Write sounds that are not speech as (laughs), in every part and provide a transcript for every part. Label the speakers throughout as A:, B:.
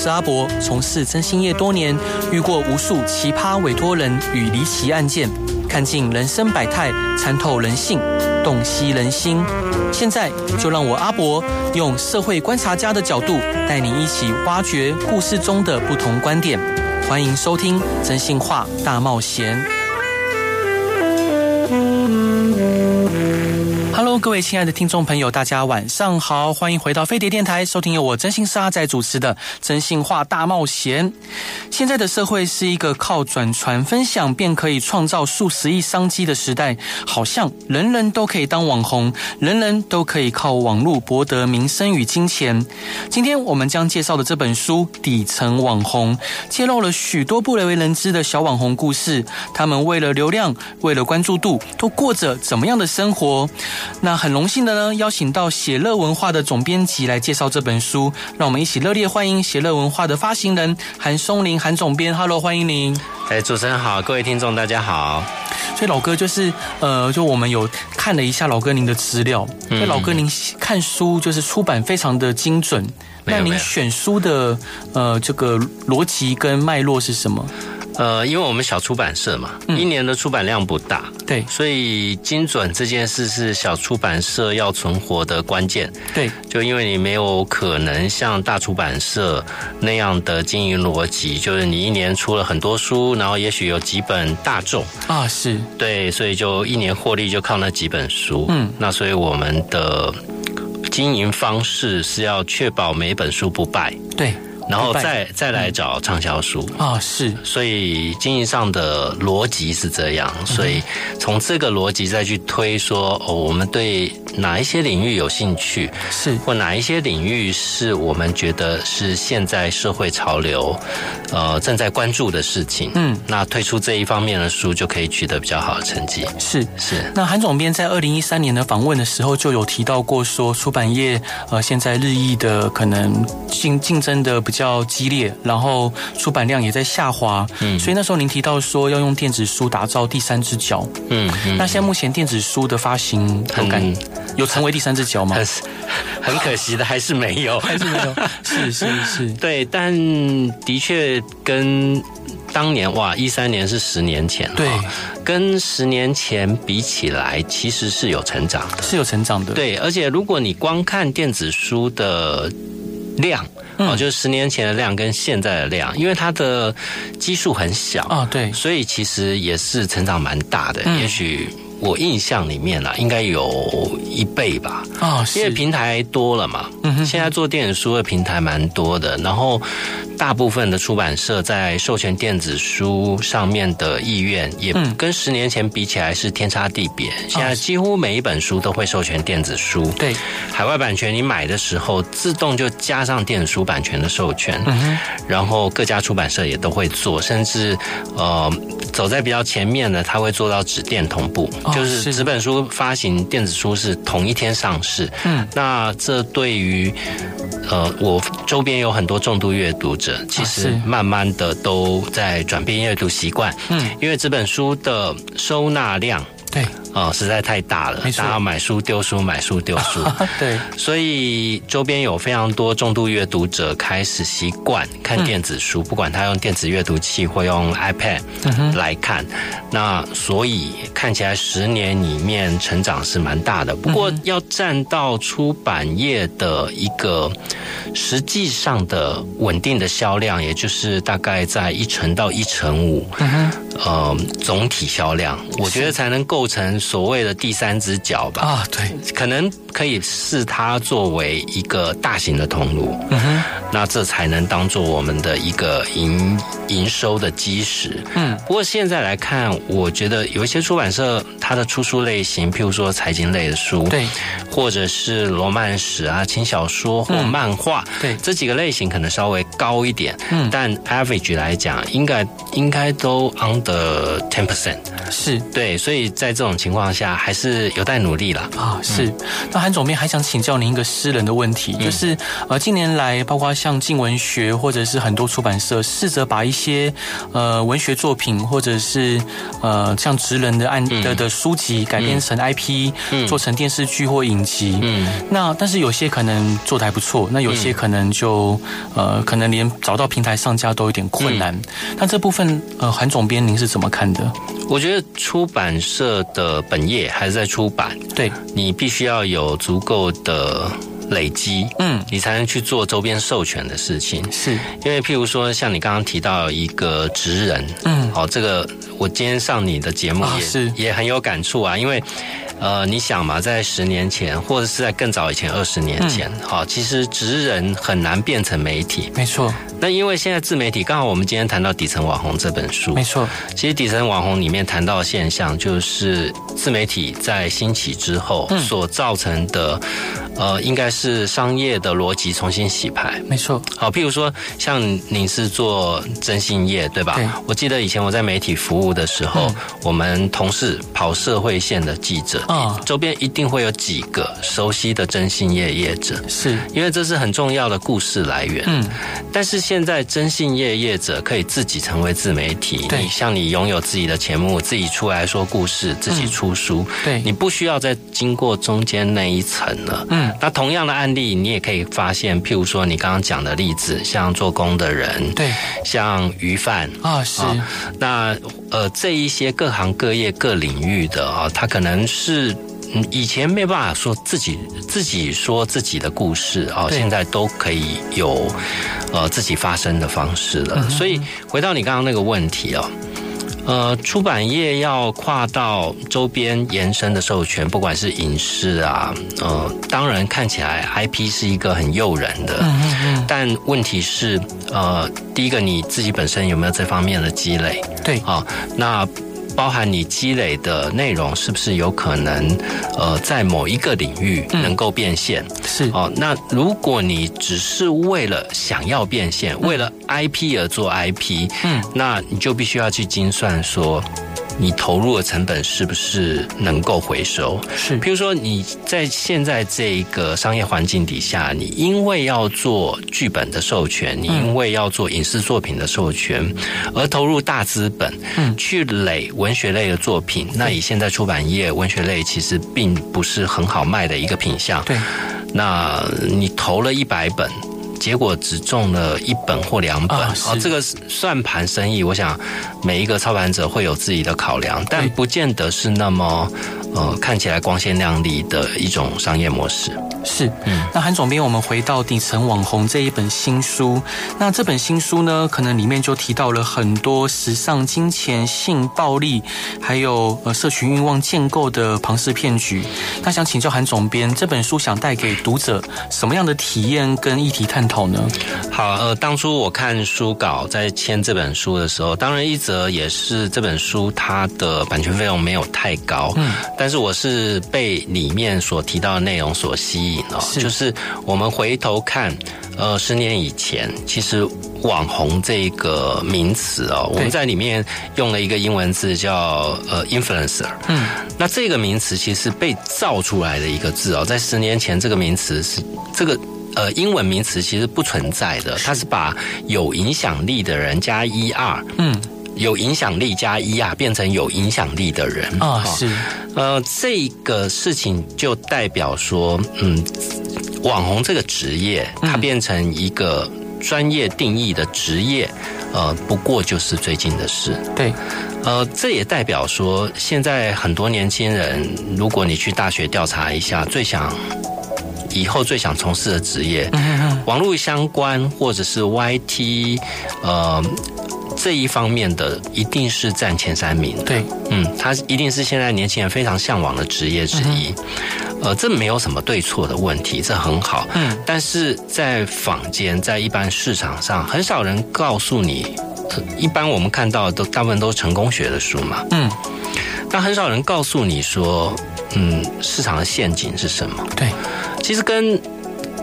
A: 是阿伯，从事征信业多年，遇过无数奇葩委托人与离奇案件，看尽人生百态，参透人性，洞悉人心。现在就让我阿伯用社会观察家的角度，带你一起挖掘故事中的不同观点。欢迎收听《真心话大冒险》。Hello，各位亲爱的听众朋友，大家晚上好，欢迎回到飞碟电台，收听由我真心沙仔主持的《真心话大冒险》。现在的社会是一个靠转传分享便可以创造数十亿商机的时代，好像人人都可以当网红，人人都可以靠网络博得名声与金钱。今天我们将介绍的这本书《底层网红》，揭露了许多不为人知的小网红故事，他们为了流量，为了关注度，都过着怎么样的生活？那很荣幸的呢，邀请到写乐文化的总编辑来介绍这本书，让我们一起热烈欢迎写乐文化的发行人韩松林韩总编，Hello，欢迎您。
B: 哎，主持人好，各位听众大家好。
A: 所以老哥就是呃，就我们有看了一下老哥您的资料，
B: 嗯
A: 那、老哥您看书就是出版非常的精准。
B: 没
A: 那
B: 有
A: 您
B: 没有
A: 选书的呃这个逻辑跟脉络是什么？
B: 呃，因为我们小出版社嘛，
A: 嗯
B: 一年的出版量不大，
A: 对
B: 所以精准这件事是小出版社要存活的关键。
A: 对，
B: 就因为你没有可能像大出版社那样的经营逻辑，就是你一年出了很多书，然后也许有几本大众，
A: 啊是，
B: 对，所以就一年获利就靠那几本书。
A: 嗯，
B: 那所以我们的经营方式是要确保每本书不败，
A: 对
B: 然后
A: 不败嗯
B: 再再来找畅销书。
A: 啊是，
B: 所以经营上的逻辑是这样，所
A: 嗯
B: 以从这个逻辑再去推说，哦，我们对哪一些领域有兴趣，
A: 是
B: 或哪一些领域是我们觉得是现在社会潮流，呃，正在关注的事情，
A: 嗯，
B: 那推出这一方面的书就可以取得比较好的成绩，
A: 是。
B: 是。
A: 那韩总编在二零一三年的访问的时候就有提到过，说出版业呃现在日益的可能竞竞争的比较激烈，然后出版量也在下滑，嗯，所以那时候您提到说要用电子书打造第三只脚，
B: 嗯嗯，
A: (laughs) 那现在目前电子书的发行有
B: 很
A: 感有成为第三只脚吗 (laughs)
B: 但？是很可惜的还是呃没有，
A: 还是没有？是
B: (laughs)
A: 是是，
B: 对，但的确跟当年哇，一三年是十年前，
A: 对
B: 哦跟十年前比起来，其实是有成长的。
A: 是有成长的，
B: 对，而且如果你光看电子书的量。
A: 嗯
B: 哦，就是十年前的量跟现在的量，因为它的基数很小，
A: 啊，对，
B: 所以其实也是成长蛮大的。
A: 嗯
B: 也许我印象里面啦，啊应该有一倍吧。
A: 啊，
B: 因为
A: 是
B: 平台多了嘛，现在做电子书的平台蛮多的，然后大部分的出版社在授权电子书上面的意愿也
A: 嗯
B: 跟十年前比起来是天差地别。现在
A: 是
B: 几乎每一本书都会授权电子书，
A: 对，
B: 海外版权你买的时候自动就加上电子书版权的授权，然后各家出版社也都会做，甚至呃走在比较前面的，它会做到纸电同步，
A: 哦
B: 就是
A: 是
B: 纸本书发行，电子书是同一天上市。
A: 嗯，
B: 那这对于呃我周边有很多重度阅读者，其
A: 哦是
B: 实慢慢的都在转变阅读习惯，
A: 嗯，
B: 因为纸本书的收纳量。
A: 对，
B: 哦，实在太大了，
A: 没
B: 大
A: 错
B: 家买书丢书，买书丢
A: (laughs)
B: 书，
A: 啊，对，
B: 所以周边有非常多重度阅读者开始习惯看电子书，不管他用电子阅读器或用 iPad 来看。那所以看起来十年里面成长是蛮大的，不过要占到出版业的一个实际上的稳定的销量，也就是大概在一成到一成五，
A: 嗯
B: 呃，总体销量，我觉得才能构成所谓的第三只脚吧。
A: 啊，对，
B: 可能可以视它作为一个大型的通路，
A: 嗯哼，
B: 那这才能当做我们的一个营营收的基石。
A: 嗯，
B: 不过现在来看，我觉得有一些出版社它的出书类型，譬如说财经类的书，，
A: 对，
B: 或者是罗曼史啊、轻小说或漫画，
A: 嗯对
B: 这几个类型可能稍微高一点，
A: 嗯
B: 但 average 来讲，应该应该都 under ten percent。
A: 是。
B: 对，所以在这种情况下，还是有待努力啦。
A: 啊，是。那韩总编还想请教您一个私人的问题，就是呃，近年来包括像静文学或者是很多出版社试着把一些呃文学作品或者是呃像职人的案的的书籍改编成 IP，、做成电视剧或影集。
B: 嗯
A: 那但是有些可能做的还不错，那有些些可能就呃，可能连找到平台上架都有点困难。那这部分呃，韩总编您是怎么看的？
B: 我觉得出版社的本业还是在出版，
A: 对，
B: 你必须要有足够的累积，
A: 嗯，
B: 你才能去做周边授权的事情。
A: 是，
B: 因为譬如说，像你刚刚提到一个职人，
A: 嗯，
B: 好、这个我今天上你的节目也、
A: 啊是
B: 也很有感触啊，因为。呃，你想嘛，在十年前，或者是在更早以前，二十年前，
A: 嗯
B: 好、其实职人很难变成媒体。
A: 没错，
B: 那因为现在自媒体，刚好我们今天谈到《底层网红》这本书，
A: 没错，
B: 其实《底层网红》里面谈到的现象，就是自媒体在兴起之后
A: 嗯
B: 所造成的，呃，应该是商业的逻辑重新洗牌。
A: 没错，
B: 好，譬如说，像你是做征信业，对吧？
A: 对
B: 我记得以前我在媒体服务的时候，
A: 嗯
B: 我们同事跑社会线的记者，
A: 啊
B: 周边一定会有几个熟悉的征信业业者，
A: 是，
B: 因为这是很重要的故事来源。
A: 嗯，
B: 但是现在征信业业者可以自己成为自媒体，
A: 对
B: 你像你拥有自己的节目，自己出来说故事，自己出书，
A: 对，
B: 你不需要再经过中间那一层了。
A: 嗯，
B: 那同样的案例，你也可以发现，譬如说你刚刚讲的例子，像做工的人，
A: 对，
B: 像鱼贩。
A: 啊，是，
B: 啊那呃，这一些各行各业各领域的啊，他可能是嗯以前没办法说自己自己说自己的故事啊，
A: 对
B: 现在都可以有呃自己发声的方式
A: 嗯
B: 了。所以回到你刚刚那个问题哦。呃，出版业要跨到周边延伸的授权，不管是影视啊，呃，当然看起来 IP 是一个很诱人的，
A: 嗯嗯嗯，
B: 但问题是，呃，第一个你自己本身有没有这方面的积累
A: 对，
B: 啊、那包含你积累的内容是不是有可能，呃，在某一个领域能够变现？
A: 是，
B: 哦，那如果你只是为了想要变现，为了 IP 而做 IP，
A: 嗯，
B: 那你就必须要去精算说，你投入的成本是不是能够回收？
A: 是
B: 比，如说你在现在这一个商业环境底下，你因为要做剧本的授权，你因为要做影视作品的授权，而投入大资本、
A: 嗯
B: 去垒文学类的作品，那以现在出版业文学类其实并不是很好卖的一个品项。
A: 对，
B: 那你投了一百本，结果只中了一本或两本，哦
A: 啊是
B: 这个算盘生意，我想每一个操盘者会有自己的考量，但
A: 对
B: 不见得是那么呃看起来光鲜亮丽的一种商业模式。
A: 是，
B: 嗯
A: 那韩总编，我们回到《底层网红》这一本新书。那这本新书呢，可能里面就提到了很多时尚、金钱、性暴力，还有呃社群欲望建构的庞氏骗局。那想请教韩总编，这本书想带给读者什么样的体验跟议题探讨呢？
B: 好，呃，当初我看书稿在签这本书的时候，当然一则也是这本书它的版权费用没有太高，嗯，但是我是被里面所提到的内容所吸引哦，
A: 是
B: 就是我们回头看，呃，十年以前，其实网红这个名词哦，我们
A: 对
B: 在里面用了一个英文字叫呃 influencer，
A: 嗯，
B: 那这个名词其实是被造出来的一个字哦，在十年前这个名词是这个。呃，英文名词其实不存在的，它是把有影响力的人加 er，
A: 嗯
B: 有影响力加 er 变成有影响力的人
A: 啊，
B: 哦
A: 是
B: 呃，这个事情就代表说，嗯，网红这个职业，
A: 嗯
B: 它变成一个专业定义的职业，呃，不过就是最近的事。
A: 对，
B: 呃，这也代表说，现在很多年轻人，如果你去大学调查一下，最想以后最想从事的职业，网络相关或者是 YT，呃，这一方面的，一定是占前三名的。
A: 对，
B: 嗯，它一定是现在年轻人非常向往的职业之
A: 嗯
B: 一。呃，这没有什么对错的问题，这很好。
A: 嗯，
B: 但是在坊间，在一般市场上，很少人告诉你。呃一般我们看到的都大部分都是成功学的书嘛，
A: 嗯
B: 但很少人告诉你说，嗯，市场的陷阱是什么。
A: 对，
B: 其实跟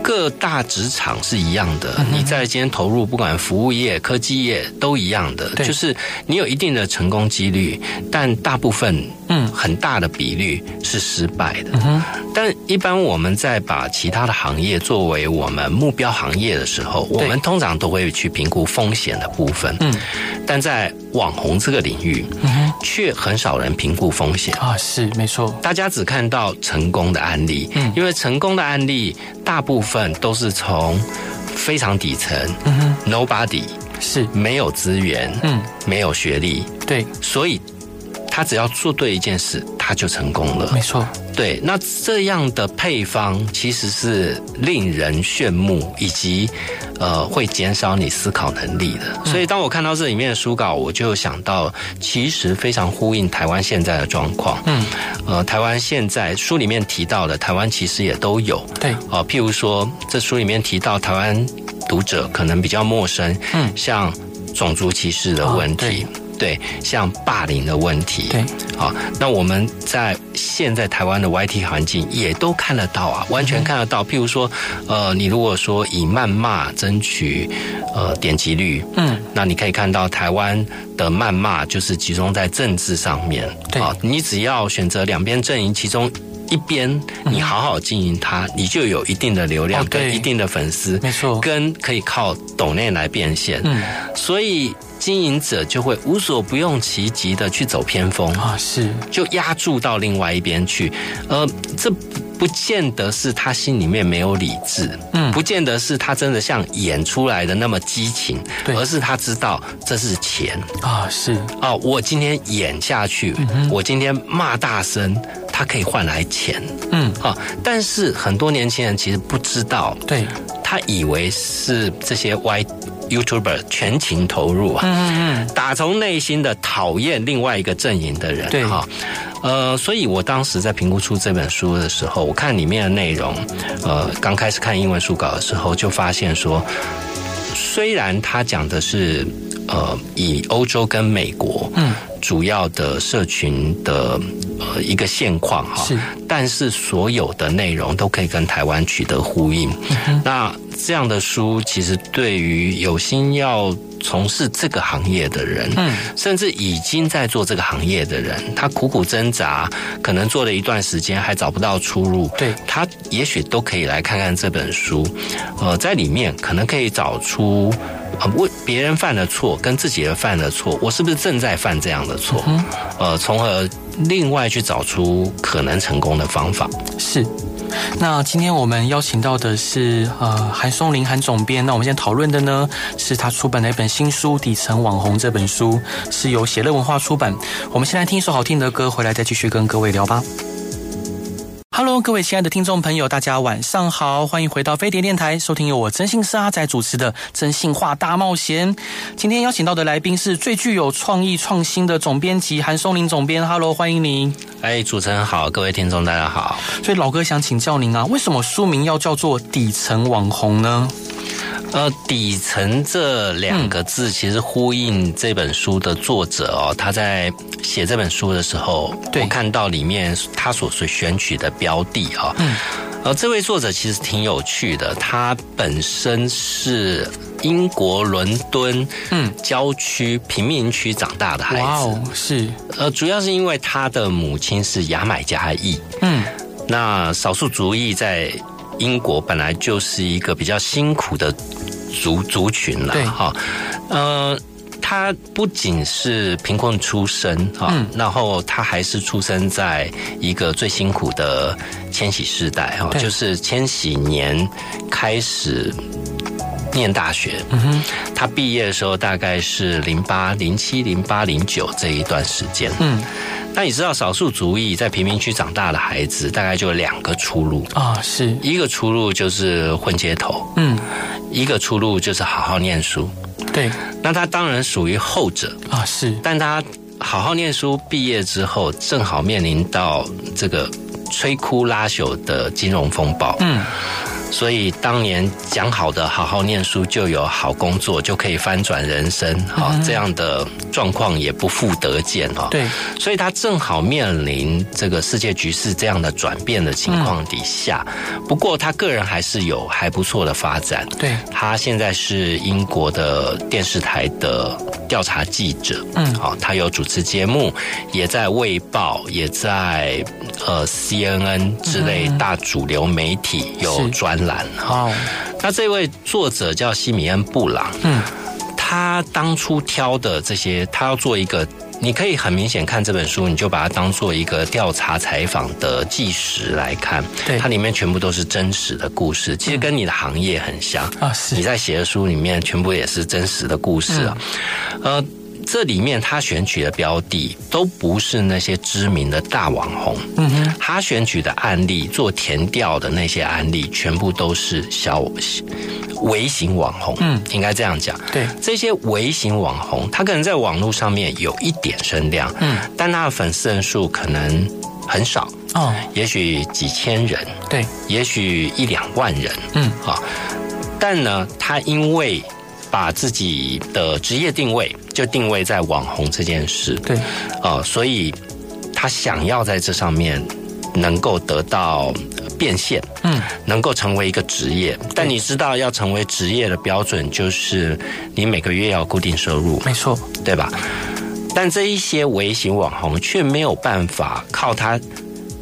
B: 各大职场是一样的，
A: 嗯
B: 你在今天投入，不管服务业、科技业都一样的，
A: 对
B: 就是你有一定的成功几率，但大部分
A: 嗯
B: 很大的比率是失败的。
A: 哼
B: 但一般我们在把其他的行业作为我们目标行业的时候，我们通常都会去评估风险的部分。
A: 嗯，
B: 但在网红这个领域，
A: 嗯哼
B: 却很少人评估风险。
A: 啊，是没错，
B: 大家只看到成功的案例，
A: 嗯
B: 因为成功的案例大部分都是从非常底层、
A: 嗯哼，
B: n o b o d y
A: 是，
B: 没有资源，
A: 嗯，
B: 没有学历，
A: 对，
B: 所以他只要做对一件事，他就成功了
A: 没。错，
B: 对，那这样的配方其实是令人炫目，以及呃会减少你思考能力的。
A: 嗯
B: 所以当我看到这里面的书稿，我就想到，其实非常呼应台湾现在的状况。
A: 嗯，
B: 呃，台湾现在书里面提到的，台湾其实也都有。
A: 对，
B: 哦、譬如说这书里面提到台湾读者可能比较陌生，
A: 嗯
B: 像种族歧视的问
A: 哦
B: 题，对，像霸凌的问题，
A: 对，
B: 好、啊那我们在现在台湾的 YT 环境也都看得到啊，完全看得到。譬如说，呃，你如果说以谩骂争取呃点击率，
A: 嗯，
B: 那你可以看到台湾的谩骂就是集中在政治上面。
A: 对
B: 啊你只要选择两边阵营其中一边，你好好经营它，你就有一定的流量
A: 嗯哦对
B: 跟一定的粉丝，
A: 没错，
B: 跟可以靠抖内来变现。
A: 嗯，
B: 所以经营者就会无所不用其极的去走偏锋。
A: 啊，是，
B: 就压住到另外一边去。呃，这不不见得是他心里面没有理智，
A: 嗯
B: 不见得是他真的像演出来的那么激情，
A: 对
B: 而是他知道这是钱
A: 啊，是，
B: 啊、我今天演下去，
A: 嗯
B: 我今天骂大声，他可以换来钱
A: 嗯，
B: 啊、但是很多年轻人其实不知道，
A: 对，
B: 他以为是这些 Y YouTuber 全情投入啊。
A: 嗯嗯
B: 打从内心的讨厌另外一个阵营的人，
A: 对
B: 哈，呃，所以我当时在评估出这本书的时候，我看里面的内容，呃，刚开始看英文书稿的时候，就发现说，虽然他讲的是呃以欧洲跟美国
A: 嗯，
B: 主要的社群的呃一个现况哈，
A: 是，
B: 但是所有的内容都可以跟台湾取得呼应。那这样的书，其实对于有心要从事这个行业的人，
A: 嗯，
B: 甚至已经在做这个行业的人，他苦苦挣扎，可能做了一段时间还找不到出路，
A: 对，
B: 他也许都可以来看看这本书。呃，在里面可能可以找出。呃，为别人犯的错跟自己的犯的错，我是不是正在犯这样的错？呃，从而另外去找出可能成功的方法。
A: 是。那今天我们邀请到的是呃韩松林韩总编，那我们现在讨论的呢是他出版的一本新书《底层网红》这本书，是由写乐文化出版。我们先来听一首好听的歌，回来再继续跟各位聊吧。Hello，各位亲爱的听众朋友，大家晚上好，欢迎回到飞碟电台，收听由我真心是阿仔主持的《真心话大冒险》。今天邀请到的来宾是最具有创意创新的总编辑韩松林总编，Hello，欢迎您。
B: 哎，主持人好，各位听众大家好。
A: 所以老哥想请教您啊，为什么书名要叫做《底层网红》呢？
B: 呃，底层这两个字其实呼应这本书的作者哦，他在写这本书的时候，
A: 对
B: 我看到里面他所选取的标的啊、嗯，呃，这位作者其实挺有趣的，他本身是英国伦敦
A: 嗯
B: 郊区贫民区长大的孩
A: 哇
B: 子，
A: 哦，是，
B: 呃，主哎要是因为他的母亲是牙买加裔，
A: 嗯，
B: 那少数族裔在英国本来就是一个比较辛苦的族族群了
A: 对，
B: 哈，呃。他不仅是贫困出身啊，
A: 嗯
B: 然后他还是出生在一个最辛苦的千禧世代哈，
A: 对
B: 就是千禧年开始念大学，
A: 嗯哼，
B: 他毕业的时候大概是零八、零七、零八、零九这一段时间。
A: 嗯
B: 那你知道少数族裔在贫民区长大的孩子，大概就有两个出路，
A: 啊，是，
B: 一个出路就是混街头，
A: 嗯，
B: 一个出路就是好好念书。
A: 对，
B: 那他当然属于后者，
A: 啊，是，
B: 但他好好念书，毕业之后正好面临到这个摧枯拉朽的金融风暴，
A: 嗯，
B: 所以当年讲好的好好念书就有好工作，就可以翻转人生，好、这样的状况也不复得见哦。
A: 对，
B: 所以他正好面临这个世界局势这样的转变的情况底下。不过他个人还是有还不错的发展。
A: 对，
B: 他现在是英国的电视台的调查记者，
A: 嗯
B: 好、他有主持节目，也在《卫报》，也在呃 CNN 之类大主流媒体有
A: 是
B: 专栏哈。
A: 哇哦，
B: 那这位作者叫西米恩·布朗，
A: 嗯，
B: 他当初挑的这些，他要做一个你可以很明显看这本书，你就把它当做一个调查采访的纪实来看。
A: 对
B: 它里面全部都是真实的故事，其实跟你的行业很像。
A: 啊，是
B: 你在写的书里面全部也是真实的故事啊。呃，这里面他选取的标的都不是那些知名的大网红，嗯哼，他选取的案例做填调的那些案例，全部都是小微型网红，嗯，应该这样讲，
A: 对
B: 这些微型网红，他可能在网络上面有一点声量，嗯，但他的粉丝人数可能很少，
A: 哦，
B: 也许几千人，
A: 对，
B: 也许一两万人，
A: 嗯，
B: 啊，但呢，他因为把自己的职业定位就定位在网红这件事，
A: 对，
B: 啊，所以他想要在这上面能够得到呃变现，
A: 嗯，
B: 能够成为一个职业。但你知道，要成为职业的标准就是你每个月要有固定收入，
A: 没错，
B: 对吧？但这一些微型网红却没有办法靠他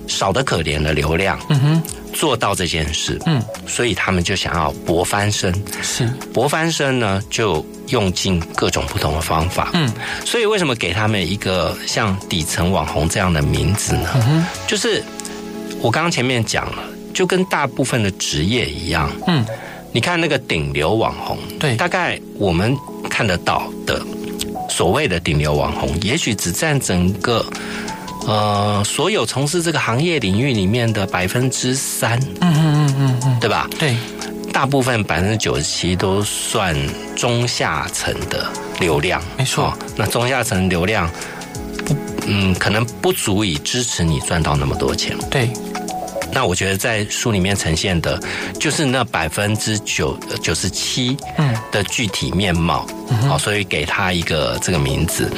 B: 少得可怜的流量
A: 嗯哼，
B: 做到这件事，
A: 嗯，
B: 所以他们就想要博翻身。
A: 是，
B: 博翻身呢，就用尽各种不同的方法，
A: 嗯，
B: 所以为什么给他们一个像底层网红这样的名字呢？
A: 嗯哼
B: 就是我刚刚前面讲了，就跟大部分的职业一样，
A: 嗯，
B: 你看那个顶流网红，
A: 对
B: 大概我们看得到的所谓的顶流网红，也许只占整个呃所有从事这个行业领域里面的百分之三，
A: 嗯嗯嗯嗯嗯，
B: 对吧？
A: 对，
B: 大部分百分之九十七都算中下层的流量，哦
A: 没错
B: 那中下层流量不，嗯，可能不足以支持你赚到那么多钱。
A: 对，
B: 那我觉得在书里面呈现的，就是那百分之九九十七
A: 嗯
B: 的具体面貌，好、所以给他一个这个名字。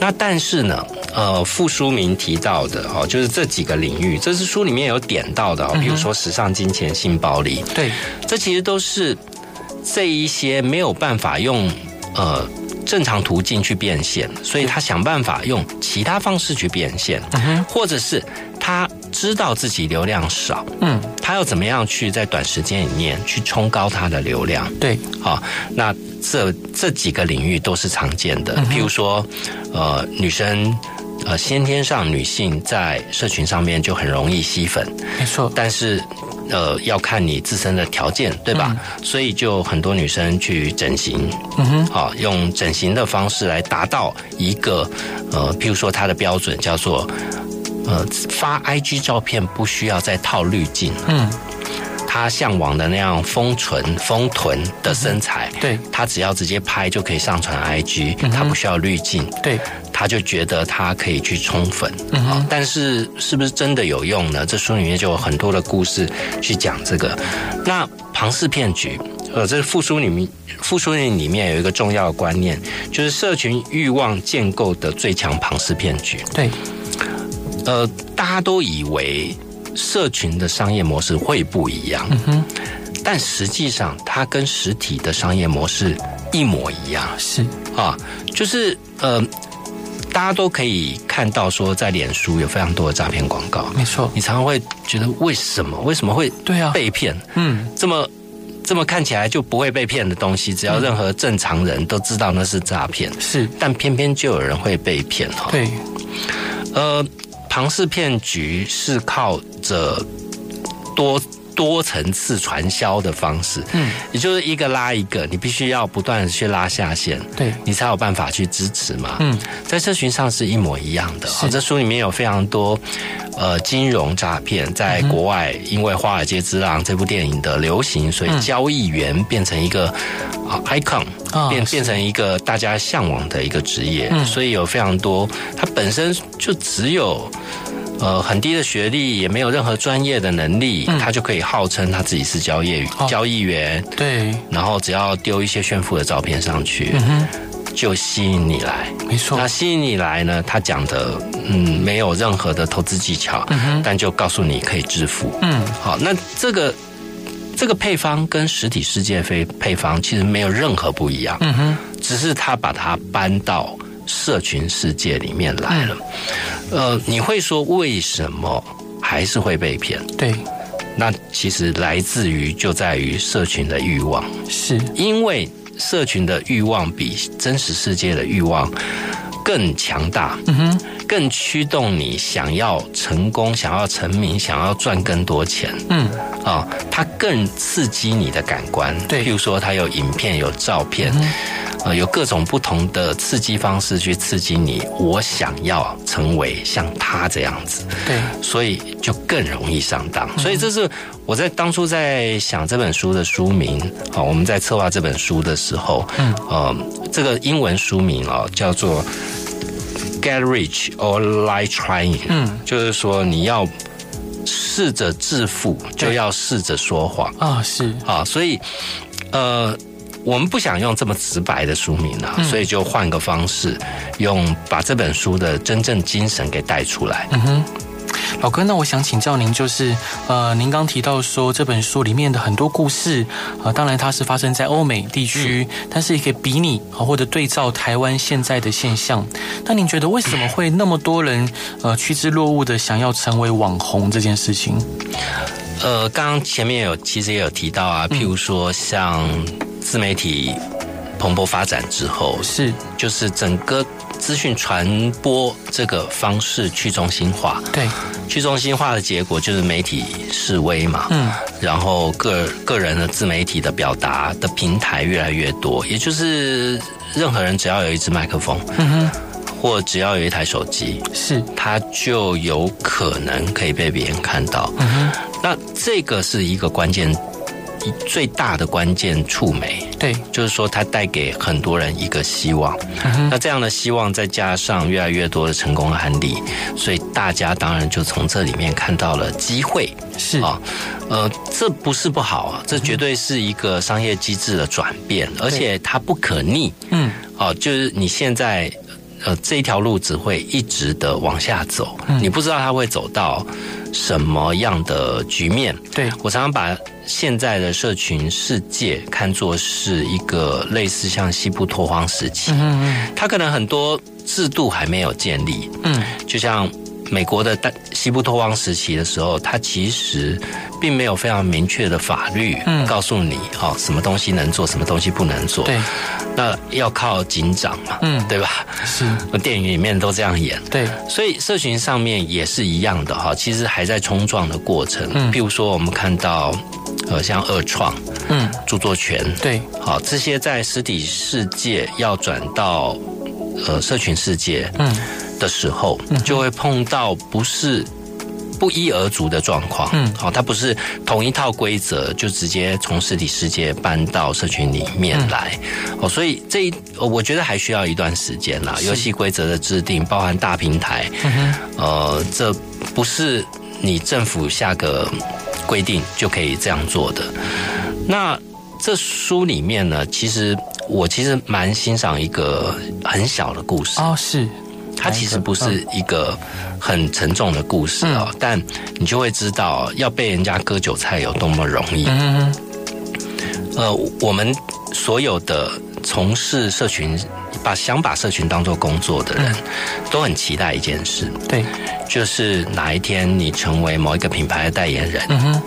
B: 那但是呢，呃，副书名提到的哦，就是这几个领域，这是书里面有点到的哦，比如说时尚、金钱、性暴力，
A: 对，
B: 这其实都是这一些没有办法用呃正常途径去变现，所以他想办法用其他方式去变现，
A: 嗯哼
B: 或者是他知道自己流量少，
A: 嗯，
B: 他要怎么样去在短时间里面去冲高他的流量。
A: 对，
B: 啊、那这这几个领域都是常见的，譬如说，呃，女生，呃，先天上女性在社群上面就很容易吸粉，
A: 没错，
B: 但是呃，要看你自身的条件，对吧？所以就很多女生去整形，
A: 嗯哼，
B: 啊、用整形的方式来达到一个呃，譬如说它的标准叫做呃，发 IG 照片不需要再套滤镜，
A: 嗯，
B: 她向往的那样丰唇丰臀的身材，
A: 嗯对嗯
B: 她只要直接拍就可以上传 IG，她不需要滤镜，
A: 对，
B: 他就觉得他可以去冲粉，
A: 嗯哼
B: 啊但是是不是真的有用呢？这书里面就有很多的故事去讲这个。那庞氏骗局，呃，这是附书里面附书里面有一个重要的观念，就是社群欲望建构的最强庞氏骗局。
A: 对，
B: 呃，大家都以为社群的商业模式会不一样，
A: 嗯哼
B: 但实际上它跟实体的商业模式一模一样。
A: 是，
B: 啊，就是呃，大家都可以看到说，在脸书有非常多的诈骗广告，
A: 没错，
B: 你常常会觉得为什么为什么会
A: 对啊，
B: 被骗？
A: 嗯，
B: 这么这么看起来就不会被骗的东西，只要任何正常人都知道那是诈骗，
A: 是，
B: 但偏偏就有人会被骗哈。
A: 对，
B: 呃，庞氏骗局是靠着多多层次传销的方式，
A: 嗯，
B: 也就是一个拉一个，你必须要不断的去拉下线，
A: 对，
B: 你才有办法去支持嘛。
A: 嗯，
B: 在社群上是一模一样的。哦、这书里面有非常多呃金融诈骗，在
A: 嗯
B: 国外因为《华尔街之狼》这部电影的流行，所
A: 嗯
B: 以交易员变成一个、啊 icon，、
A: 啊
B: 变
A: 是
B: 变成一个大家向往的一个职业。
A: 嗯
B: 所以有非常多，它本身就只有。呃，很低的学历，也没有任何专业的能力，他就可以号称他自己是交易、
A: 嗯哦
B: 交易员，
A: 对，
B: 然后只要丢一些炫富的照片上去，
A: 嗯
B: 就吸引你来。
A: 哼，没错
B: 那，吸引你来呢，他讲的嗯没有任何的投资技巧，但就告诉你可以致富。
A: 嗯，
B: 好，那这个这个配方跟实体世界配配方其实没有任何不一样，
A: 嗯哼，
B: 只是他把它搬到社群世界里面来了。
A: 嗯
B: 呃，你会说为什么还是会被骗？
A: 对，
B: 那其实来自于就在于社群的欲望。
A: 是，
B: 因为社群的欲望比真实世界的欲望更强大，
A: 嗯哼，
B: 更驱动你想要成功、想要成名、想要赚更多钱
A: 嗯
B: 啊、它更刺激你的感官。
A: 对嗯
B: 譬如说它有影片、有照片，呃，有各种不同的刺激方式去刺激你。我想要成为像他这样子，
A: 对，
B: 所以就更容易上当。
A: 嗯
B: 所以这是我在当初在想这本书的书名啊、我们在策划这本书的时候，
A: 嗯，
B: 呃，这个英文书名啊、叫做 “Get Rich or Lie Trying”，
A: 嗯
B: 就是说你要试着致富，
A: 对
B: 就要试着说谎
A: 啊是，
B: 啊。所以，呃。我们不想用这么直白的书名
A: 嗯
B: 啊，所以就换个方式，用把这本书的真正精神给带出来。
A: 嗯哼。老哥，那我想请教您，就是呃，您刚提到说这本书里面的很多故事，呃，当然它是发生在欧美地区，但是也可以比拟啊、或者对照台湾现在的现象。那您觉得为什么会那么多人呃趋之若鹜的想要成为网红这件事情？
B: 呃，刚刚前面有其实也有提到啊，譬如说像自媒体蓬勃发展之后，
A: 是
B: 就是整个资讯传播这个方式去中心化，
A: 对，
B: 去中心化的结果就是媒体示威嘛，
A: 嗯，
B: 然后个个人的自媒体的表达的平台越来越多，也就是任何人只要有一支麦克风，
A: 嗯哼，
B: 或只要有一台手机，
A: 是，
B: 它就有可能可以被别人看到。
A: 嗯哼，
B: 那这个是一个关键，一最大的关键触媒，
A: 对，
B: 就是说它带给很多人一个希望。
A: 嗯哼，
B: 那这样的希望，再加上越来越多的成功案例，所以大家当然就从这里面看到了机会
A: 是，
B: 啊。呃，这不是不好啊，这绝对是一个商业机制的转变，而且它不可逆。
A: 嗯，
B: 哦，就是你现在呃这一条路只会一直的往下走，
A: 嗯
B: 你不知道它会走到什么样的局面。
A: 对，
B: 我常常把现在的社群世界看作是一个类似像西部拓荒时期，
A: 嗯
B: 它可能很多制度还没有建立，
A: 嗯嗯，
B: 就像。美国的大西部拓荒时期的时候，它其实并没有非常明确的法律
A: 嗯
B: 告诉你，哦，什么东西能做，什么东西不能做。
A: 对，
B: 那要靠警长嘛，
A: 嗯
B: 对吧？
A: 是，
B: 电影里面都这样演，
A: 对，
B: 所以社群上面也是一样的哈。其实还在冲撞的过程，
A: 嗯
B: 譬如说我们看到，呃，像二创、
A: 嗯，
B: 著作权，
A: 对，
B: 好这些在实体世界要转到呃社群世界
A: 嗯，
B: 的时候，就会碰到不是。不一而足的状况，
A: 嗯
B: 好、它不是同一套规则就直接从实体世界搬到社群里面
A: 嗯
B: 来，哦，所以这一呃我觉得还需要一段时间啦。游戏规则的制定，包含大平台，
A: 嗯哼，
B: 呃，这不是你政府下个规定就可以这样做的。那这书里面呢，其实我其实蛮欣赏一个很小的故事，
A: 哦，是，
B: 它其实不是一个很沉重的故事
A: 嗯
B: 哦，但你就会知道要被人家割韭菜有多么容易。
A: 嗯哼，
B: 呃，我们所有的从事社群，把想把社群当做工作的
A: 嗯
B: 人，都很期待一件事，
A: 对，
B: 就是哪一天你成为某一个品牌的代言人，
A: 嗯哼，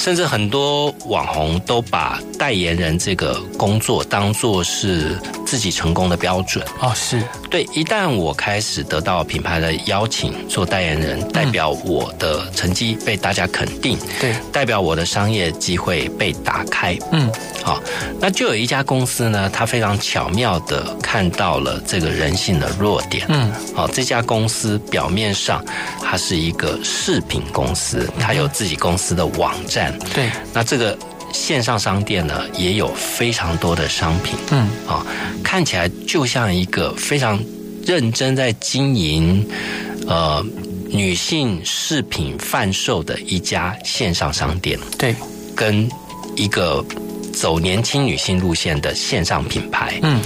B: 甚至很多网红都把代言人这个工作当做是自己成功的标准。
A: 哦，是，
B: 对，一旦我开始得到品牌的邀请做代言人，代表我的成绩被大家肯定，
A: 对，
B: 代表我的商业机会被打开。
A: 嗯，
B: 好，那就有一家公司呢，它非常巧妙的看到了这个人性的弱点。
A: 嗯，
B: 好，这家公司表面上它是一个饰品公司，它有自己公司的网站。
A: 对，
B: 那这个线上商店呢，也有非常多的商品。
A: 嗯，
B: 啊、看起来就像一个非常认真在经营呃女性饰品贩售的一家线上商店，
A: 对，
B: 跟一个走年轻女性路线的线上品牌。
A: 嗯，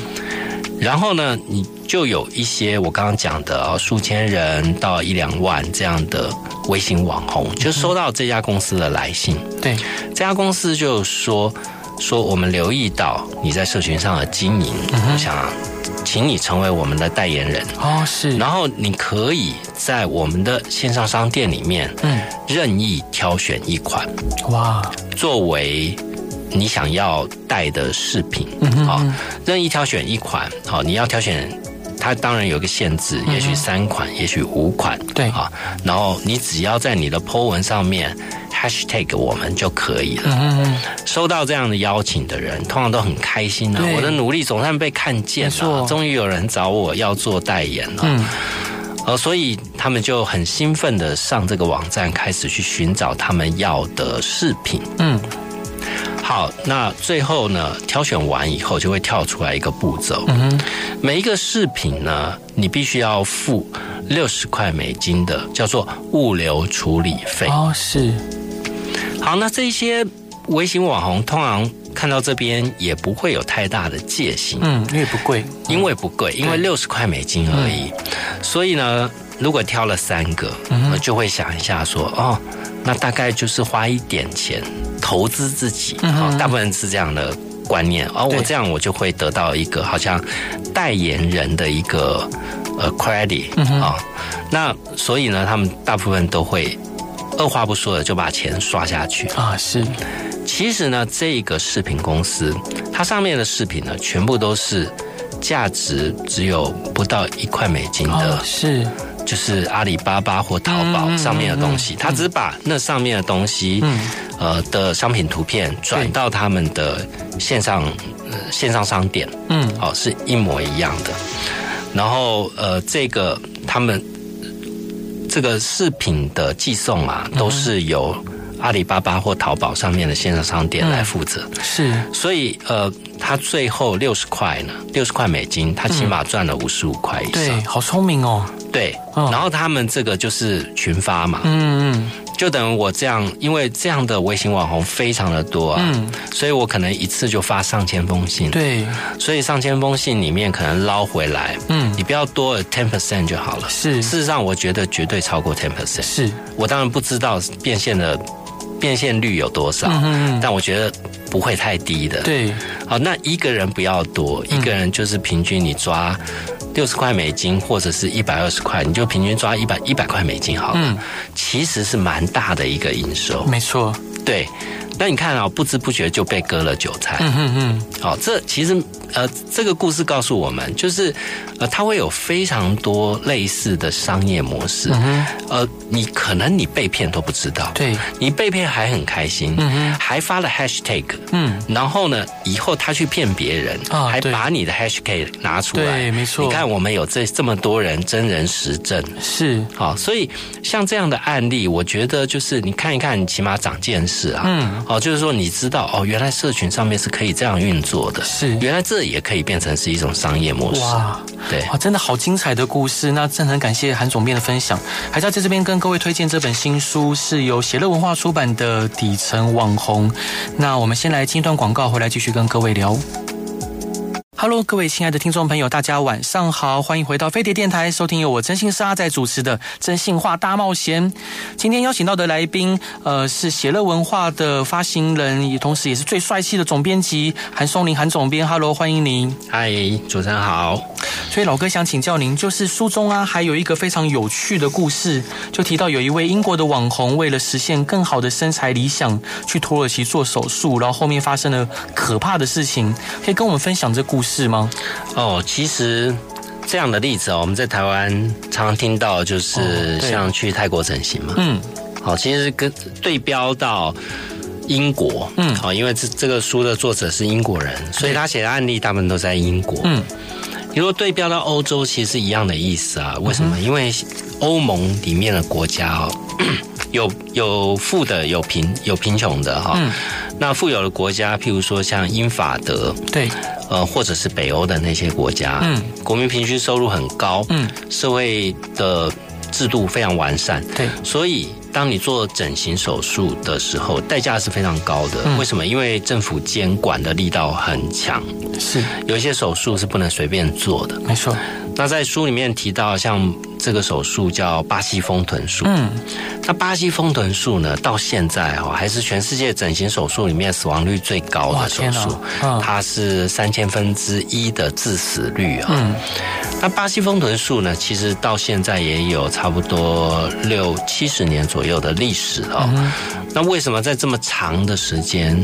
B: 然后呢，你就有一些我刚刚讲的哦，数千人到一两万这样的微型网红，就收到这家公司的来信。
A: 对，
B: 这家公司就说说我们留意到你在社群上的经营，
A: 嗯
B: 我想请你成为我们的代言人，
A: 哦，是，
B: 然后你可以在我们的线上商店里面
A: 嗯，
B: 任意挑选一款
A: 哇，
B: 作为。你想要带的饰品，啊
A: 嗯哼
B: 好、任意挑选一款，好、你要挑选它当然有一个限制，也许三款，也许五款，
A: 对
B: 啊。然后你只要在你的 Po 文上面 hashtag 我们就可以了。
A: 嗯嗯
B: 收到这样的邀请的人，通常都很开心啊
A: 对！
B: 我的努力总算被看见
A: 没
B: 了、啊
A: 错
B: 终于有人找我要做代言了。啊
A: 嗯
B: 呃，所以他们就很兴奋的上这个网站，开始去寻找他们要的饰品。
A: 嗯，
B: 好，那最后呢，挑选完以后就会跳出来一个步骤，
A: 嗯哼
B: 每一个饰品呢，你必须要付六十块美金的叫做物流处理费。
A: 哦是，
B: 好，那这些微型网红通常看到这边也不会有太大的戒心，
A: 嗯，因为不贵，
B: 因为不贵，因为六十块美金而已。
A: 嗯
B: 所以呢，如果挑了三个，我就会想一下说，哦，那大概就是花一点钱投资自己，哦，大部分是这样的。观念，而、哦、
A: 嗯对
B: 我这样我就会得到一个好像代言人的一个呃 credit
A: 嗯
B: 啊、哦那所以呢，他们大部分都会二话不说的就把钱刷下去。
A: 啊是，
B: 其实呢，这个饰品公司，它上面的饰品呢，全部都是价值只有不到一块美金的，
A: 哦是，
B: 就是阿里巴巴或淘宝
A: 嗯
B: 上面的东西。它只把那上面的东西，呃的商品图片转到他们的线上、呃线上商店，
A: 嗯
B: 哦，是一模一样的。然后呃，这个他们这个饰品的寄送啊，
A: 嗯
B: 都是由阿里巴巴或淘宝上面的线上商
A: 嗯
B: 店来负责。
A: 是，
B: 所以呃，他最后六十块呢，六十块美金，他起码赚了五十五块以上
A: 对。，好聪明哦，
B: 对，
A: 嗯
B: 然后他们这个就是群发嘛，
A: 嗯嗯
B: 就等于我这样，因为这样的微型网红非常的多啊，
A: 嗯，
B: 所以我可能一次就发上千封信。
A: 对，
B: 所以上千封信里面可能捞回来，
A: 嗯
B: 你不要多了 ten percent 就好了。
A: 是
B: 事实上，我觉得绝对超过 ten percent。
A: 是，
B: 我当然不知道变现的变现率有多少，
A: 嗯嗯
B: 但我觉得不会太低的。，
A: 对，
B: 好，那一个人不要多，
A: 嗯
B: 一个人就是平均你抓六十块美金或者是一百二十块，你就平均抓一百一百块美金好了。
A: 嗯
B: 其实是蛮大的一个营收。
A: 没错，
B: 对，那你看啊、不知不觉就被割了韭菜。
A: 嗯嗯嗯，
B: 好、这其实呃，这个故事告诉我们，就是呃，它会有非常多类似的商业模式。
A: 嗯
B: 呃，你可能你被骗都不知道，
A: 对，
B: 你被骗还很开心，还发了 hashtag，
A: 嗯
B: 然后呢，以后他去骗别人，
A: 啊
B: 还
A: 对
B: 把你的 hashtag 拿出来。
A: 对，没错，
B: 你看我们有这这么多人真人实证。
A: 是，
B: 好，所以像这样的案例，我觉得就是你看一看，你起码长见识啊。
A: 嗯
B: 哦，就是说你知道哦，原来社群上面是可以这样运作的，
A: 是
B: 原来这也可以变成是一种商业模式，
A: 哇。
B: 对。
A: 哇，真的好精彩的故事！那真的很感谢韩总编的分享，还是要在这边跟各位推荐这本新书，是由写乐文化出版的《底层网红》。那我们先来进一段广告，回来继续跟各位聊。Hello，各位亲爱的听众朋友，大家晚上好，欢迎回到飞碟电台，收听由我真心是阿仔主持的《真心话大冒险》。今天邀请到的来宾，呃，是写乐文化的发行人，也同时也是最帅气的总编辑韩松林，韩总编，Hello，欢迎您。
B: 嗨，主持人好。
A: 所以老哥想请教您，就是书中啊，还有一个非常有趣的故事，就提到有一位英国的网红，为了实现更好的身材理想，去土耳其做手术，然后后面发生了可怕的事情，可以跟我们分享这故事吗？
B: 哦，其实这样的例子哦，我们在台湾常常听到，就
A: 哦
B: 是
A: 对
B: 像去泰国整形嘛，
A: 嗯，
B: 好、其实跟对标到英国，
A: 嗯
B: 好、因为这这个书的作者是英国人，所以他写的案例大部分都在英国，
A: 嗯，
B: 如果对标到欧洲，其实是一样的意思啊。为什
A: 嗯
B: 么？因为欧盟里面的国家哦，有有富的，有贫有贫穷的哈、
A: 嗯
B: 那富有的国家，譬如说像英法德，
A: 对，
B: 呃，或者是北欧的那些国家，
A: 嗯，
B: 国民平均收入很高，
A: 嗯，
B: 社会的制度非常完善，
A: 对，
B: 所以，当你做整形手术的时候，代价是非常高的。
A: 嗯
B: 为什么？因为政府监管的力道很强，
A: 是
B: 有一些手术是不能随便做的。
A: 没错，
B: 那在书里面提到，像这个手术叫巴西丰臀术。
A: 嗯，
B: 那巴西丰臀术呢，到现在哦，还是全世界整形手术里面死亡率最高
A: 哇
B: 的手
A: 天
B: 术
A: 哪，嗯
B: 它是三千分之一的致死率啊、
A: 嗯
B: 那巴西丰臀术呢，其实到现在也有差不多六七十年左右的历史哦。那为什么在这么长的时间，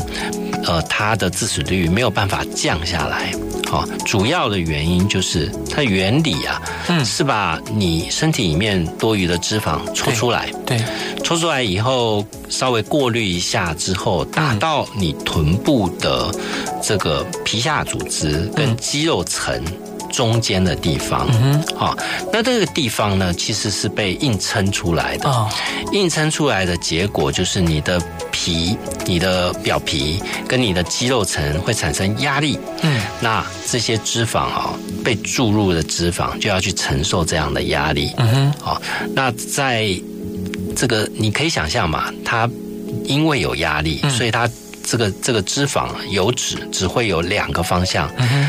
B: 呃，它的致死率没有办法降下来？好、主要的原因就是它原理啊，
A: 嗯
B: 是把你身体里面多余的脂肪抽出来，
A: 对，
B: 抽出来以后稍微过滤一下之后，打到你臀部的这个皮下组织跟肌肉层。中间的地方，
A: 嗯
B: 好、那这个地方呢，其实是被硬撑出来的。
A: 哦，
B: 硬撑出来的结果就是你的皮、你的表皮跟你的肌肉层会产生压力，
A: 嗯，
B: 那这些脂肪哦，被注入的脂肪就要去承受这样的压力。
A: 嗯哼，
B: 哦，那在这个你可以想象嘛，它因为有压力，
A: 嗯
B: 所以它这个这个脂肪油脂只会有两个方向，
A: 嗯哼，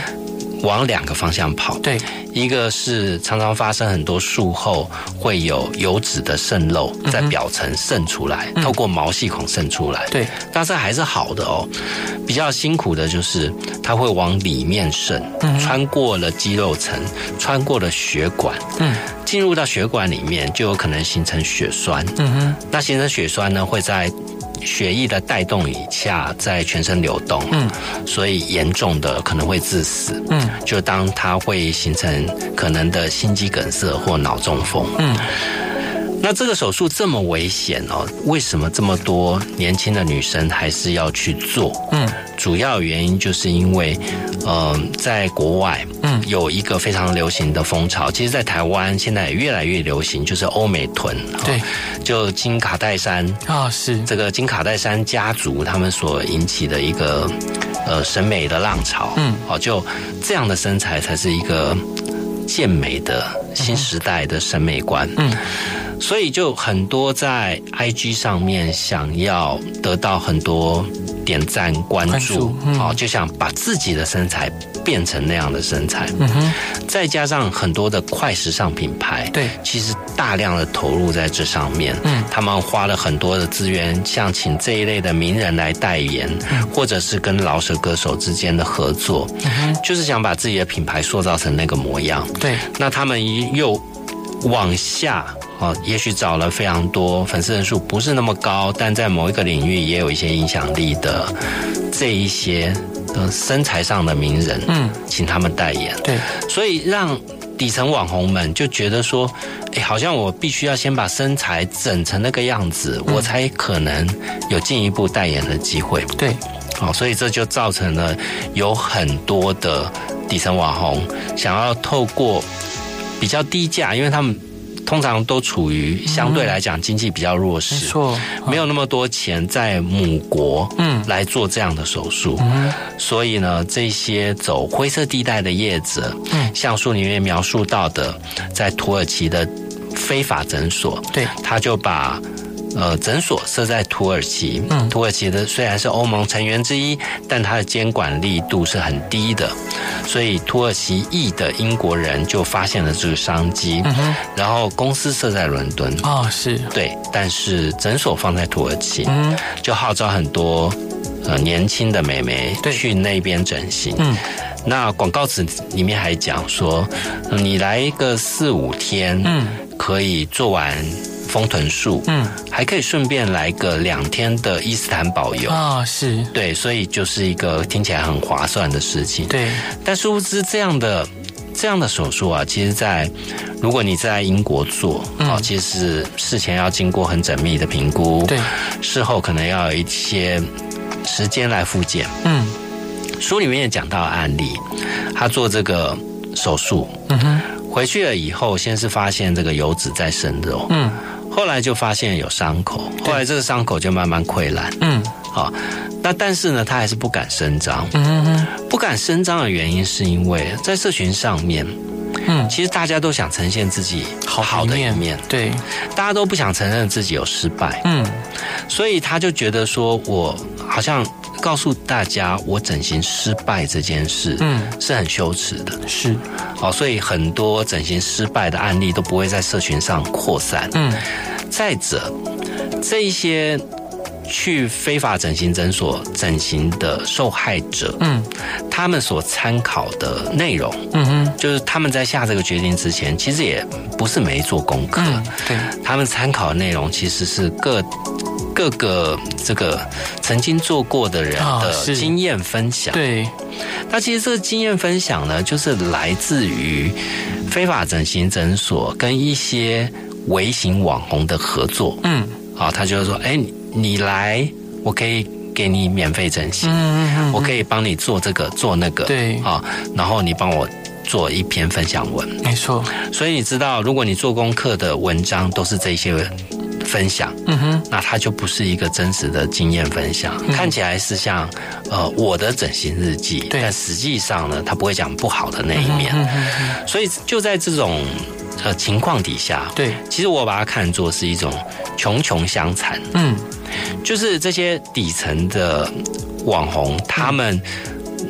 B: 往两个方向跑。
A: 对，
B: 一个是常常发生很多术后会有油脂的渗漏
A: 嗯
B: 在表层渗出来，透过毛细孔渗出来。
A: 对，
B: 但是还是好的哦。比较辛苦的就是它会往里面渗，
A: 嗯
B: 穿过了肌肉层，穿过了血管，
A: 嗯，
B: 进入到血管里面，就有可能形成血栓。
A: 嗯哼，
B: 那形成血栓呢，会在血液的带动以下，在全身流动，
A: 嗯，
B: 所以严重的可能会致死，
A: 嗯，
B: 就当它会形成可能的心肌梗塞或脑中风，
A: 嗯，
B: 那这个手术这么危险哦，为什么这么多年轻的女生还是要去做？
A: 嗯，
B: 主要原因就是因为，嗯、在国外，
A: 嗯
B: 有一个非常流行的风潮，其实，在台湾现在也越来越流行，就是欧美臀，哦
A: 对，
B: 就金卡戴珊
A: 啊、是，
B: 这个金卡戴珊家族他们所引起的一个呃审美的浪潮，
A: 嗯，
B: 哦，就这样的身材才是一个健美的新时代的审美观，
A: 嗯，
B: 所以就很多在 IG 上面想要得到很多点赞关注，
A: 关注嗯
B: 哦，就想把自己的身材变成那样的身材，
A: 嗯哼，
B: 再加上很多的快时尚品牌，
A: 对
B: 其实大量的投入在这上面，
A: 嗯
B: 他们花了很多的资源，像请这一类的名人来代言，或者是跟饶舌歌手之间的合作，
A: 嗯
B: 就是想把自己的品牌塑造成那个模样。
A: 对，
B: 那他们又往下哦，也许找了非常多粉丝人数不是那么高，但在某一个领域也有一些影响力的这一些呃身材上的名人，
A: 嗯，
B: 请他们代言。
A: 对，
B: 所以让底层网红们就觉得说，哎，好像我必须要先把身材整成那个样子，
A: 嗯
B: 我才可能有进一步代言的机会。
A: 对，
B: 好、所以这就造成了有很多的底层网红想要透过比较低价，因为他们通常都处于相对来讲经济比较
A: 嗯
B: 弱
A: 没
B: 势，
A: 错，
B: 没有那么多钱在母国，
A: 嗯
B: 来做这样的手术。所以呢，这些走灰色地带的业者，
A: 嗯
B: 像书里面描述到的，在土耳其的非法诊所，
A: 对，
B: 他就把。呃，诊所设在土耳其，
A: 嗯
B: 土耳其的虽然是欧盟成员之一，但它的监管力度是很低的，所以土耳其裔的英国人就发现了这个商机，
A: 嗯哼，
B: 然后公司设在伦敦，
A: 啊、是，
B: 对，但是诊所放在土耳其，
A: 嗯
B: 就号召很多呃年轻的美眉
A: 对
B: 去那边整形。
A: 嗯，
B: 那广告词里面还讲说，呃你来个四五天，
A: 嗯，
B: 可以做完丰臀术，
A: 嗯，
B: 还可以顺便来个两天的伊斯坦堡游。
A: 啊、是，
B: 对，所以就是一个听起来很划算的事情。
A: 对，
B: 但殊不知这样的这样的手术啊，其实在，如果你在英国做，
A: 嗯
B: 哦、其实事前要经过很缜密的评估，
A: 对，
B: 事后可能要有一些时间来复健。
A: 嗯
B: 书里面也讲到案例，他做这个手术
A: 嗯哼，
B: 回去了以后，先是发现这个油脂在渗肉，
A: 嗯
B: 后来就发现有伤口，后来这个伤口就慢慢溃烂。
A: 嗯
B: 啊、那但是呢，他还是不敢声张。
A: 嗯哼，
B: 不敢声张的原因是因为在社群上面，
A: 嗯，
B: 其实大家都想呈现自己好的一面，
A: 对，
B: 大家都不想承认自己有失败，
A: 嗯
B: 所以他就觉得说我好像告诉大家我整形失败这件事，
A: 嗯，
B: 是很羞耻的
A: 是，
B: 哦，所以很多整形失败的案例都不会在社群上扩散。
A: 嗯
B: 再者，这一些去非法整形诊所整形的受害者，
A: 嗯
B: 他们所参考的内容，
A: 嗯哼，
B: 就是他们在下这个决定之前，其实也不是没做功课。
A: 嗯对，
B: 他们参考的内容其实是各各个这个曾经做过的人
A: 啊
B: 的
A: 是
B: 经验分享。
A: 对，
B: 那其实这个经验分享呢，就是来自于非法整形诊所跟一些微型网红的合作。
A: 嗯
B: 好，他就会说：“哎、你你来，我可以给你免费整形，
A: 嗯嗯
B: 我可以帮你做这个做那个，
A: 对
B: 啊，然后你帮我做一篇分享文。
A: 嗯，没错，
B: 所以你知道，如果你做功课的文章都是这些分享，
A: 嗯哼，
B: 那它就不是一个真实的经验分享，
A: 嗯
B: 看起来是像呃我的整形日记，
A: 对嗯
B: 但实际上呢，他不会讲不好的那一面。所以就在这种呃情况底下，
A: 对，
B: 其实我把它看作是一种穷穷相残，
A: 嗯
B: 就是这些底层的网红，他们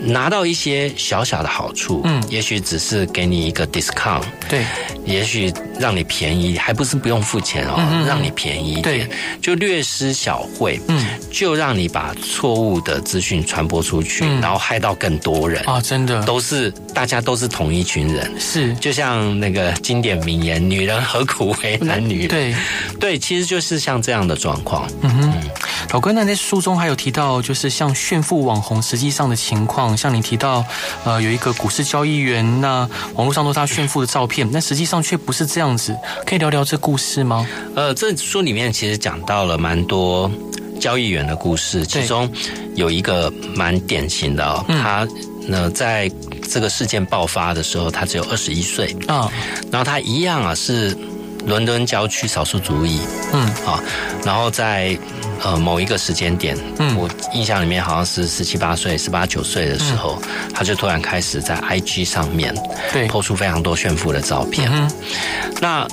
B: 拿到一些小小的好处，
A: 嗯
B: 也许只是给你一个 discount，
A: 对，
B: 也许让你便宜，还不是不用付钱哦，
A: 嗯嗯嗯
B: 让你便宜一点
A: 对，
B: 就略施小惠，
A: 嗯
B: 就让你把错误的资讯传播出去，
A: 嗯
B: 然后害到更多人，
A: 啊，真的
B: 都是大家都是同一群人。
A: 是，
B: 就像那个经典名言“女人何苦为难女人”，
A: 对，
B: 对，其实就是像这样的状况。
A: 嗯哼，老哥，那在书中还有提到，就是像炫富网红实际上的情况，像你提到，呃，有一个股市交易员，那网络上都是他炫富的照片，那实际上却不是这样子，可以聊聊这故事吗？
B: 呃，这书里面其实讲到了蛮多交易员的故事，
A: 对
B: 其中有一个蛮典型的、哦，他呢在这个事件爆发的时候，他只有二十一岁，
A: 啊，
B: 然后他一样啊是伦敦郊区少数族裔
A: 嗯
B: 啊，然后在呃某一个时间点，
A: 嗯
B: 我印象里面好像是十七八岁、十八九岁的时候，他就突然开始在 IG 上面
A: 对，
B: 抛出非常多炫富的照片。
A: 嗯
B: 那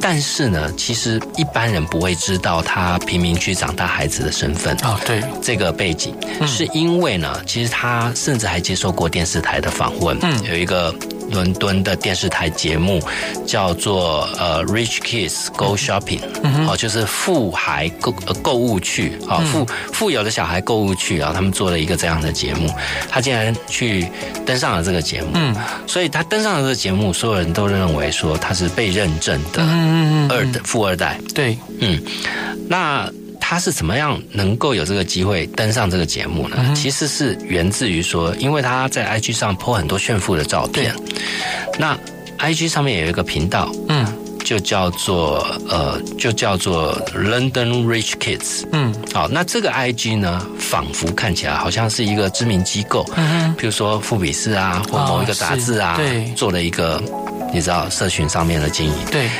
B: 但是呢，其实一般人不会知道他贫民区长大孩子的身份。
A: 啊，对，
B: 这个背景，
A: 嗯
B: 是因为呢，其实他甚至还接受过电视台的访问，
A: 嗯
B: 有一个伦敦的电视台节目叫做呃 Rich Kids Go Shopping，、哦，
A: 嗯
B: 就是富孩购呃购物去啊、哦，富富有的小孩购物去啊，他们做了一个这样的节目，他竟然去登上了这个节目，
A: 嗯
B: 所以他登上了这个节目，所有人都认为说他是被认证的
A: 嗯嗯嗯，
B: 二代富二代，
A: 对，
B: 嗯，那他是怎么样能够有这个机会登上这个节目呢？
A: 嗯
B: 其实是源自于说，因为他在 IG 上 po 很多炫富的照片，那 IG 上面有一个频道。
A: 嗯
B: 就叫做呃，就叫做 London Rich Kids。
A: 嗯
B: 好、那这个 IG 呢，仿佛看起来好像是一个知名机构，
A: 嗯
B: 比如说富比士啊，或某一个杂志啊，
A: 哦是对
B: 做了一个你知道社群上面的经营。
A: 哼，对，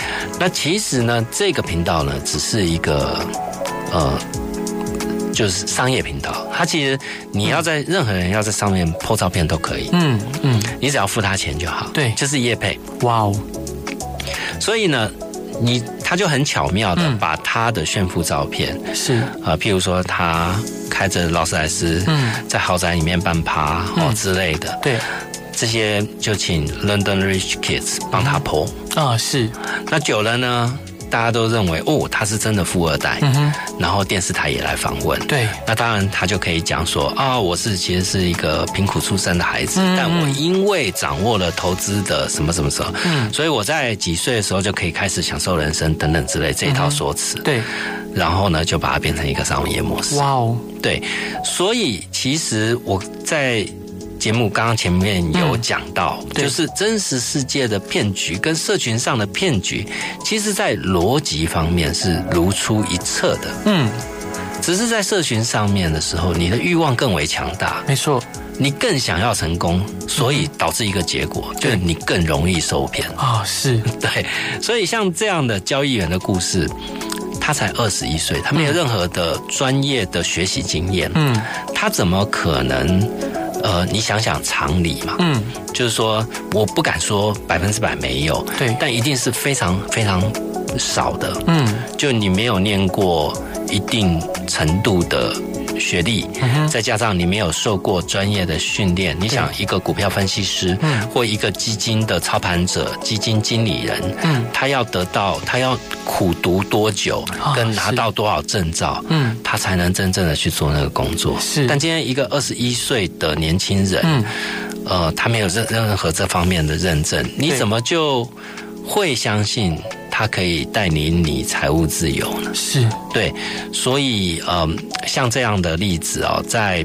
B: 那其实呢，这个频道呢，只是一个呃，就是商业频道。它其实你要在、任何人要在上面 po 照片都可以，
A: 嗯嗯，
B: 你只要付他钱就好。
A: 对
B: 就是业配。
A: 哇哦，
B: 所以呢，你他就很巧妙的
A: 嗯
B: 把他的炫富照片，
A: 是，
B: 呃，譬如说他开着劳斯莱斯，
A: 嗯
B: 在豪宅里面办趴哦、之类的，
A: 对，
B: 这些就请 London Rich Kids 帮他 po。
A: 啊是，
B: 那久了呢，大家都认为哦，他是真的富二代。
A: 嗯哼，
B: 然后电视台也来访问。
A: 对，
B: 那当然，他就可以讲说啊、我是其实是一个贫苦出身的孩子，但我因为掌握了投资的什么什么什么，
A: 嗯
B: 所以我在几岁的时候就可以开始享受人生等等之类这一套说辞。
A: 对，
B: 然后呢，就把它变成一个商业模式。
A: 嗯哇哦，
B: 对，所以其实我在节目刚刚前面有讲到，
A: 嗯对
B: 就是真实世界的骗局跟社群上的骗局，其实在逻辑方面是如出一辙的。
A: 嗯，
B: 只是在社群上面的时候，你的欲望更为强大，
A: 没错，
B: 你更想要成功，所以导致一个结果，就是你更容易受骗。 (laughs)
A: 啊是，
B: 对，所以像这样的交易员的故事，他才二十一岁，他没有任何的专业的学习经验，
A: 嗯
B: 他怎么可能？呃，你想想常理嘛，
A: 嗯，
B: 就是说，我不敢说百分之百没有，
A: 对，
B: 但一定是非常非常少的。
A: 嗯。
B: 就你没有念过一定程度的学历，
A: 嗯
B: 再加上你没有受过专业的训练，你想一个股票分析师，
A: 嗯
B: 或一个基金的操盘者、基金经理人，
A: 嗯
B: 他要得到他要苦读多久
A: 啊，
B: 跟拿
A: 是
B: 到多少证照，
A: 嗯
B: 他才能真正的去做那个工作。
A: 是
B: 但今天一个二十一岁的年轻人，
A: 嗯
B: 呃，他没有任任何这方面的认证，你
A: 对
B: 怎么就会相信它可以带领你财务自由呢？
A: 是，
B: 对，所以嗯，像这样的例子哦，在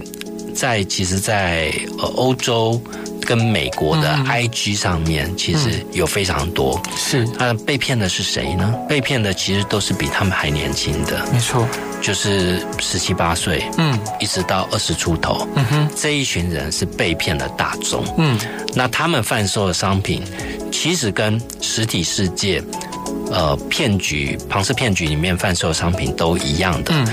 B: 在其实在，呃欧洲跟美国的
A: 嗯
B: IG 上面，其实有非常多。
A: 是，
B: 那被骗的是谁呢？被骗的其实都是比他们还年轻的，
A: 没错，
B: 就是十七八岁，
A: 嗯
B: 一直到二十出头，
A: 嗯哼，
B: 这一群人是被骗的大众。
A: 嗯
B: 那他们贩售的商品，其实跟实体世界，呃，骗局、庞氏骗局里面贩售的商品都一样的。
A: 嗯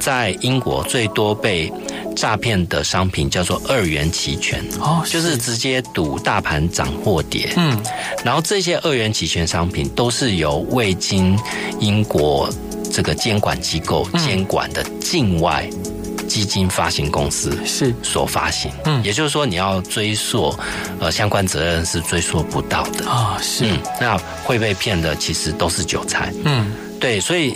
B: 在英国最多被诈骗的商品叫做二元期权，
A: 哦，
B: 就是直接赌大盘涨或跌。
A: 嗯
B: 然后这些二元期权商品都是由未经英国这个监管机构
A: 嗯
B: 监管的境外基金发行公司。
A: 是，
B: 所发行，
A: 嗯
B: 也就是说你要追溯，呃，相关责任是追溯不到的，
A: 啊是，
B: 嗯，那会被骗的其实都是韭菜，
A: 嗯
B: 对，所以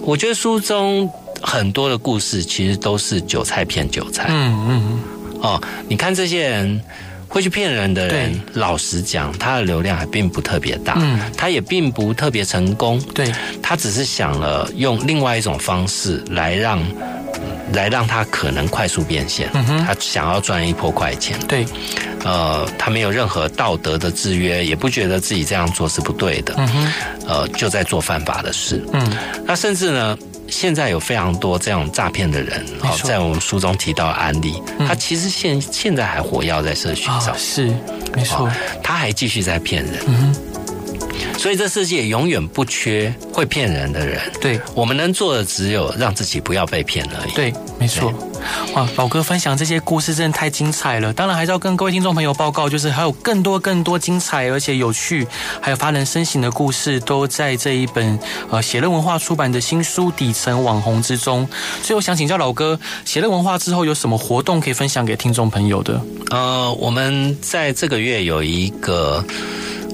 B: 我觉得书中很多的故事其实都是韭菜骗韭菜，
A: 嗯嗯
B: 哦，你看这些人。会去骗人的人，老实讲，他的流量还并不特别大，
A: 嗯，
B: 他也并不特别成功，
A: 对，
B: 他只是想了用另外一种方式来让，来让他可能快速变现，
A: 嗯哼
B: 他想要赚一波快钱。
A: 对，
B: 呃，他没有任何道德的制约，也不觉得自己这样做是不对的，
A: 嗯哼，
B: 呃，就在做犯法的事。
A: 嗯
B: 那甚至呢，现在有非常多这种诈骗的人，
A: 没
B: 哦，
A: 错
B: 在我们书中提到的案例，
A: 嗯
B: 他其实现现在还活跃在社群
A: 啊
B: 上，
A: 是，没错
B: 哦，他还继续在骗人，
A: 嗯哼，
B: 所以这世界永远不缺会骗人的人。
A: 对。
B: 我们能做的只有让自己不要被骗而已。
A: 对，没错。
B: 哎
A: 哇，宝哥分享这些故事真的太精彩了。当然，还是要跟各位听众朋友报告，就是还有更多更多精彩而且有趣，还有发人深省的故事，都在这一本呃写乐文化出版的新书《底层网红》之中。所以，我想请教老哥，写乐文化之后有什么活动可以分享给听众朋友的？
B: 呃，我们在这个月有一个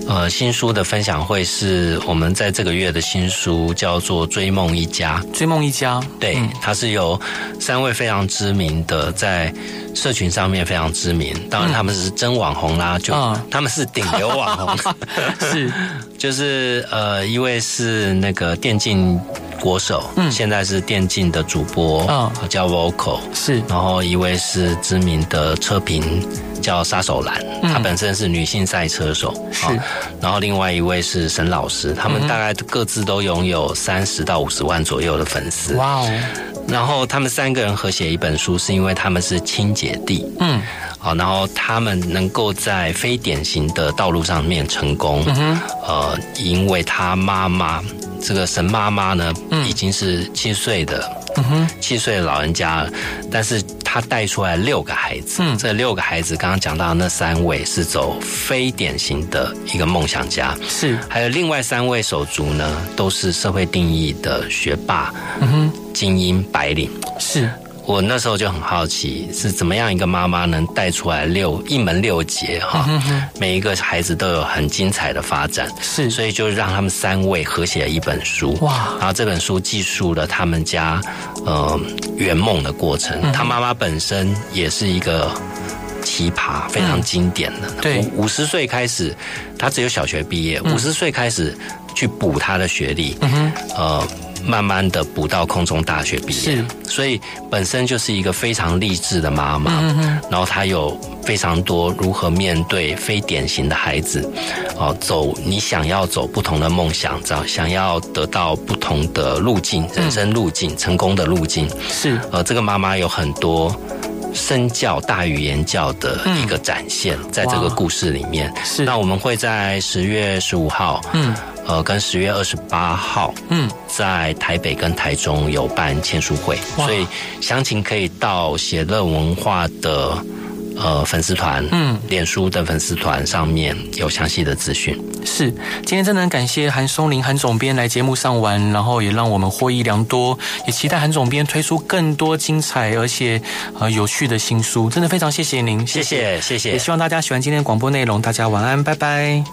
B: 呃新书的分享会，是我们在这个月的新书叫做《追梦一家》。
A: 追梦一家，嗯
B: 对，它是由三位非常知名的在社群上面非常知名，当然他们是真网红啦，就、
A: 嗯
B: 他们是顶流
A: (laughs)
B: 网红，
A: 是，
B: 就是呃，一位是那个电竞国手，
A: 嗯
B: 现在是电竞的主播，
A: 嗯
B: 叫 Vocal，
A: 是，
B: 然后一位是知名的车评叫杀手兰，她本身是女性赛车手，
A: 嗯是嗯
B: 啊然后另外一位是沈老师，他们大概各自都拥有三十到五十万左右的粉丝。
A: 哇哦，
B: 然后他们三个人合写一本书，是因为他们是亲姐弟，
A: 嗯
B: 好，然后他们能够在非典型的道路上面成功，
A: 嗯哼，
B: 呃，因为他妈妈这个沈妈妈呢，已经是七岁的
A: 嗯哼，
B: 七岁的老人家，但是他带出来六个孩子，
A: 嗯
B: 这六个孩子刚刚讲到那三位是走非典型的一个梦想家，
A: 是，
B: 还有另外三位手足呢，都是社会定义的学霸、
A: 嗯哼，
B: 精英、白领。
A: 是，
B: 我那时候就很好奇，是怎么样一个妈妈能带出来六一门六杰哈，
A: 嗯
B: 每一个孩子都有很精彩的发展，
A: 是
B: 所以就让他们三位合写了一本书，
A: 哇
B: 然后这本书记述了他们家呃圆梦的过程，
A: 嗯
B: 他妈妈本身也是一个。奇葩非常经典的，
A: 嗯对
B: 五十岁开始，他只有小学毕业，五十岁开始去补他的学历，
A: 嗯哼，
B: 呃，慢慢的补到空中大学毕业
A: 是，
B: 所以本身就是一个非常励志的妈妈。
A: 嗯哼，
B: 然后她有非常多如何面对非典型的孩子，哦，走你想要走不同的梦想，找想要得到不同的路径，
A: 嗯
B: 人生路径、成功的路径。
A: 是，
B: 呃，这个妈妈有很多身教大于言教的一个展现，在这个
A: 嗯哇
B: 故事里面。
A: 是
B: 那我们会在十月十五号，
A: 嗯
B: 呃，跟十月二十八号，
A: 嗯，
B: 在台北跟台中有办签书会，
A: 哇
B: 所以详情可以到写乐文化的呃粉丝团，
A: 嗯，
B: 脸书的粉丝团上面有详细的资讯。
A: 是，今天真的很感谢韩松林韩总编来节目上玩，然后也让我们获益良多，也期待韩总编推出更多精彩而且呃有趣的新书，真的非常谢谢您，
B: 谢谢，谢谢
A: 也希望大家喜欢今天的广播内容，大家晚安，拜拜。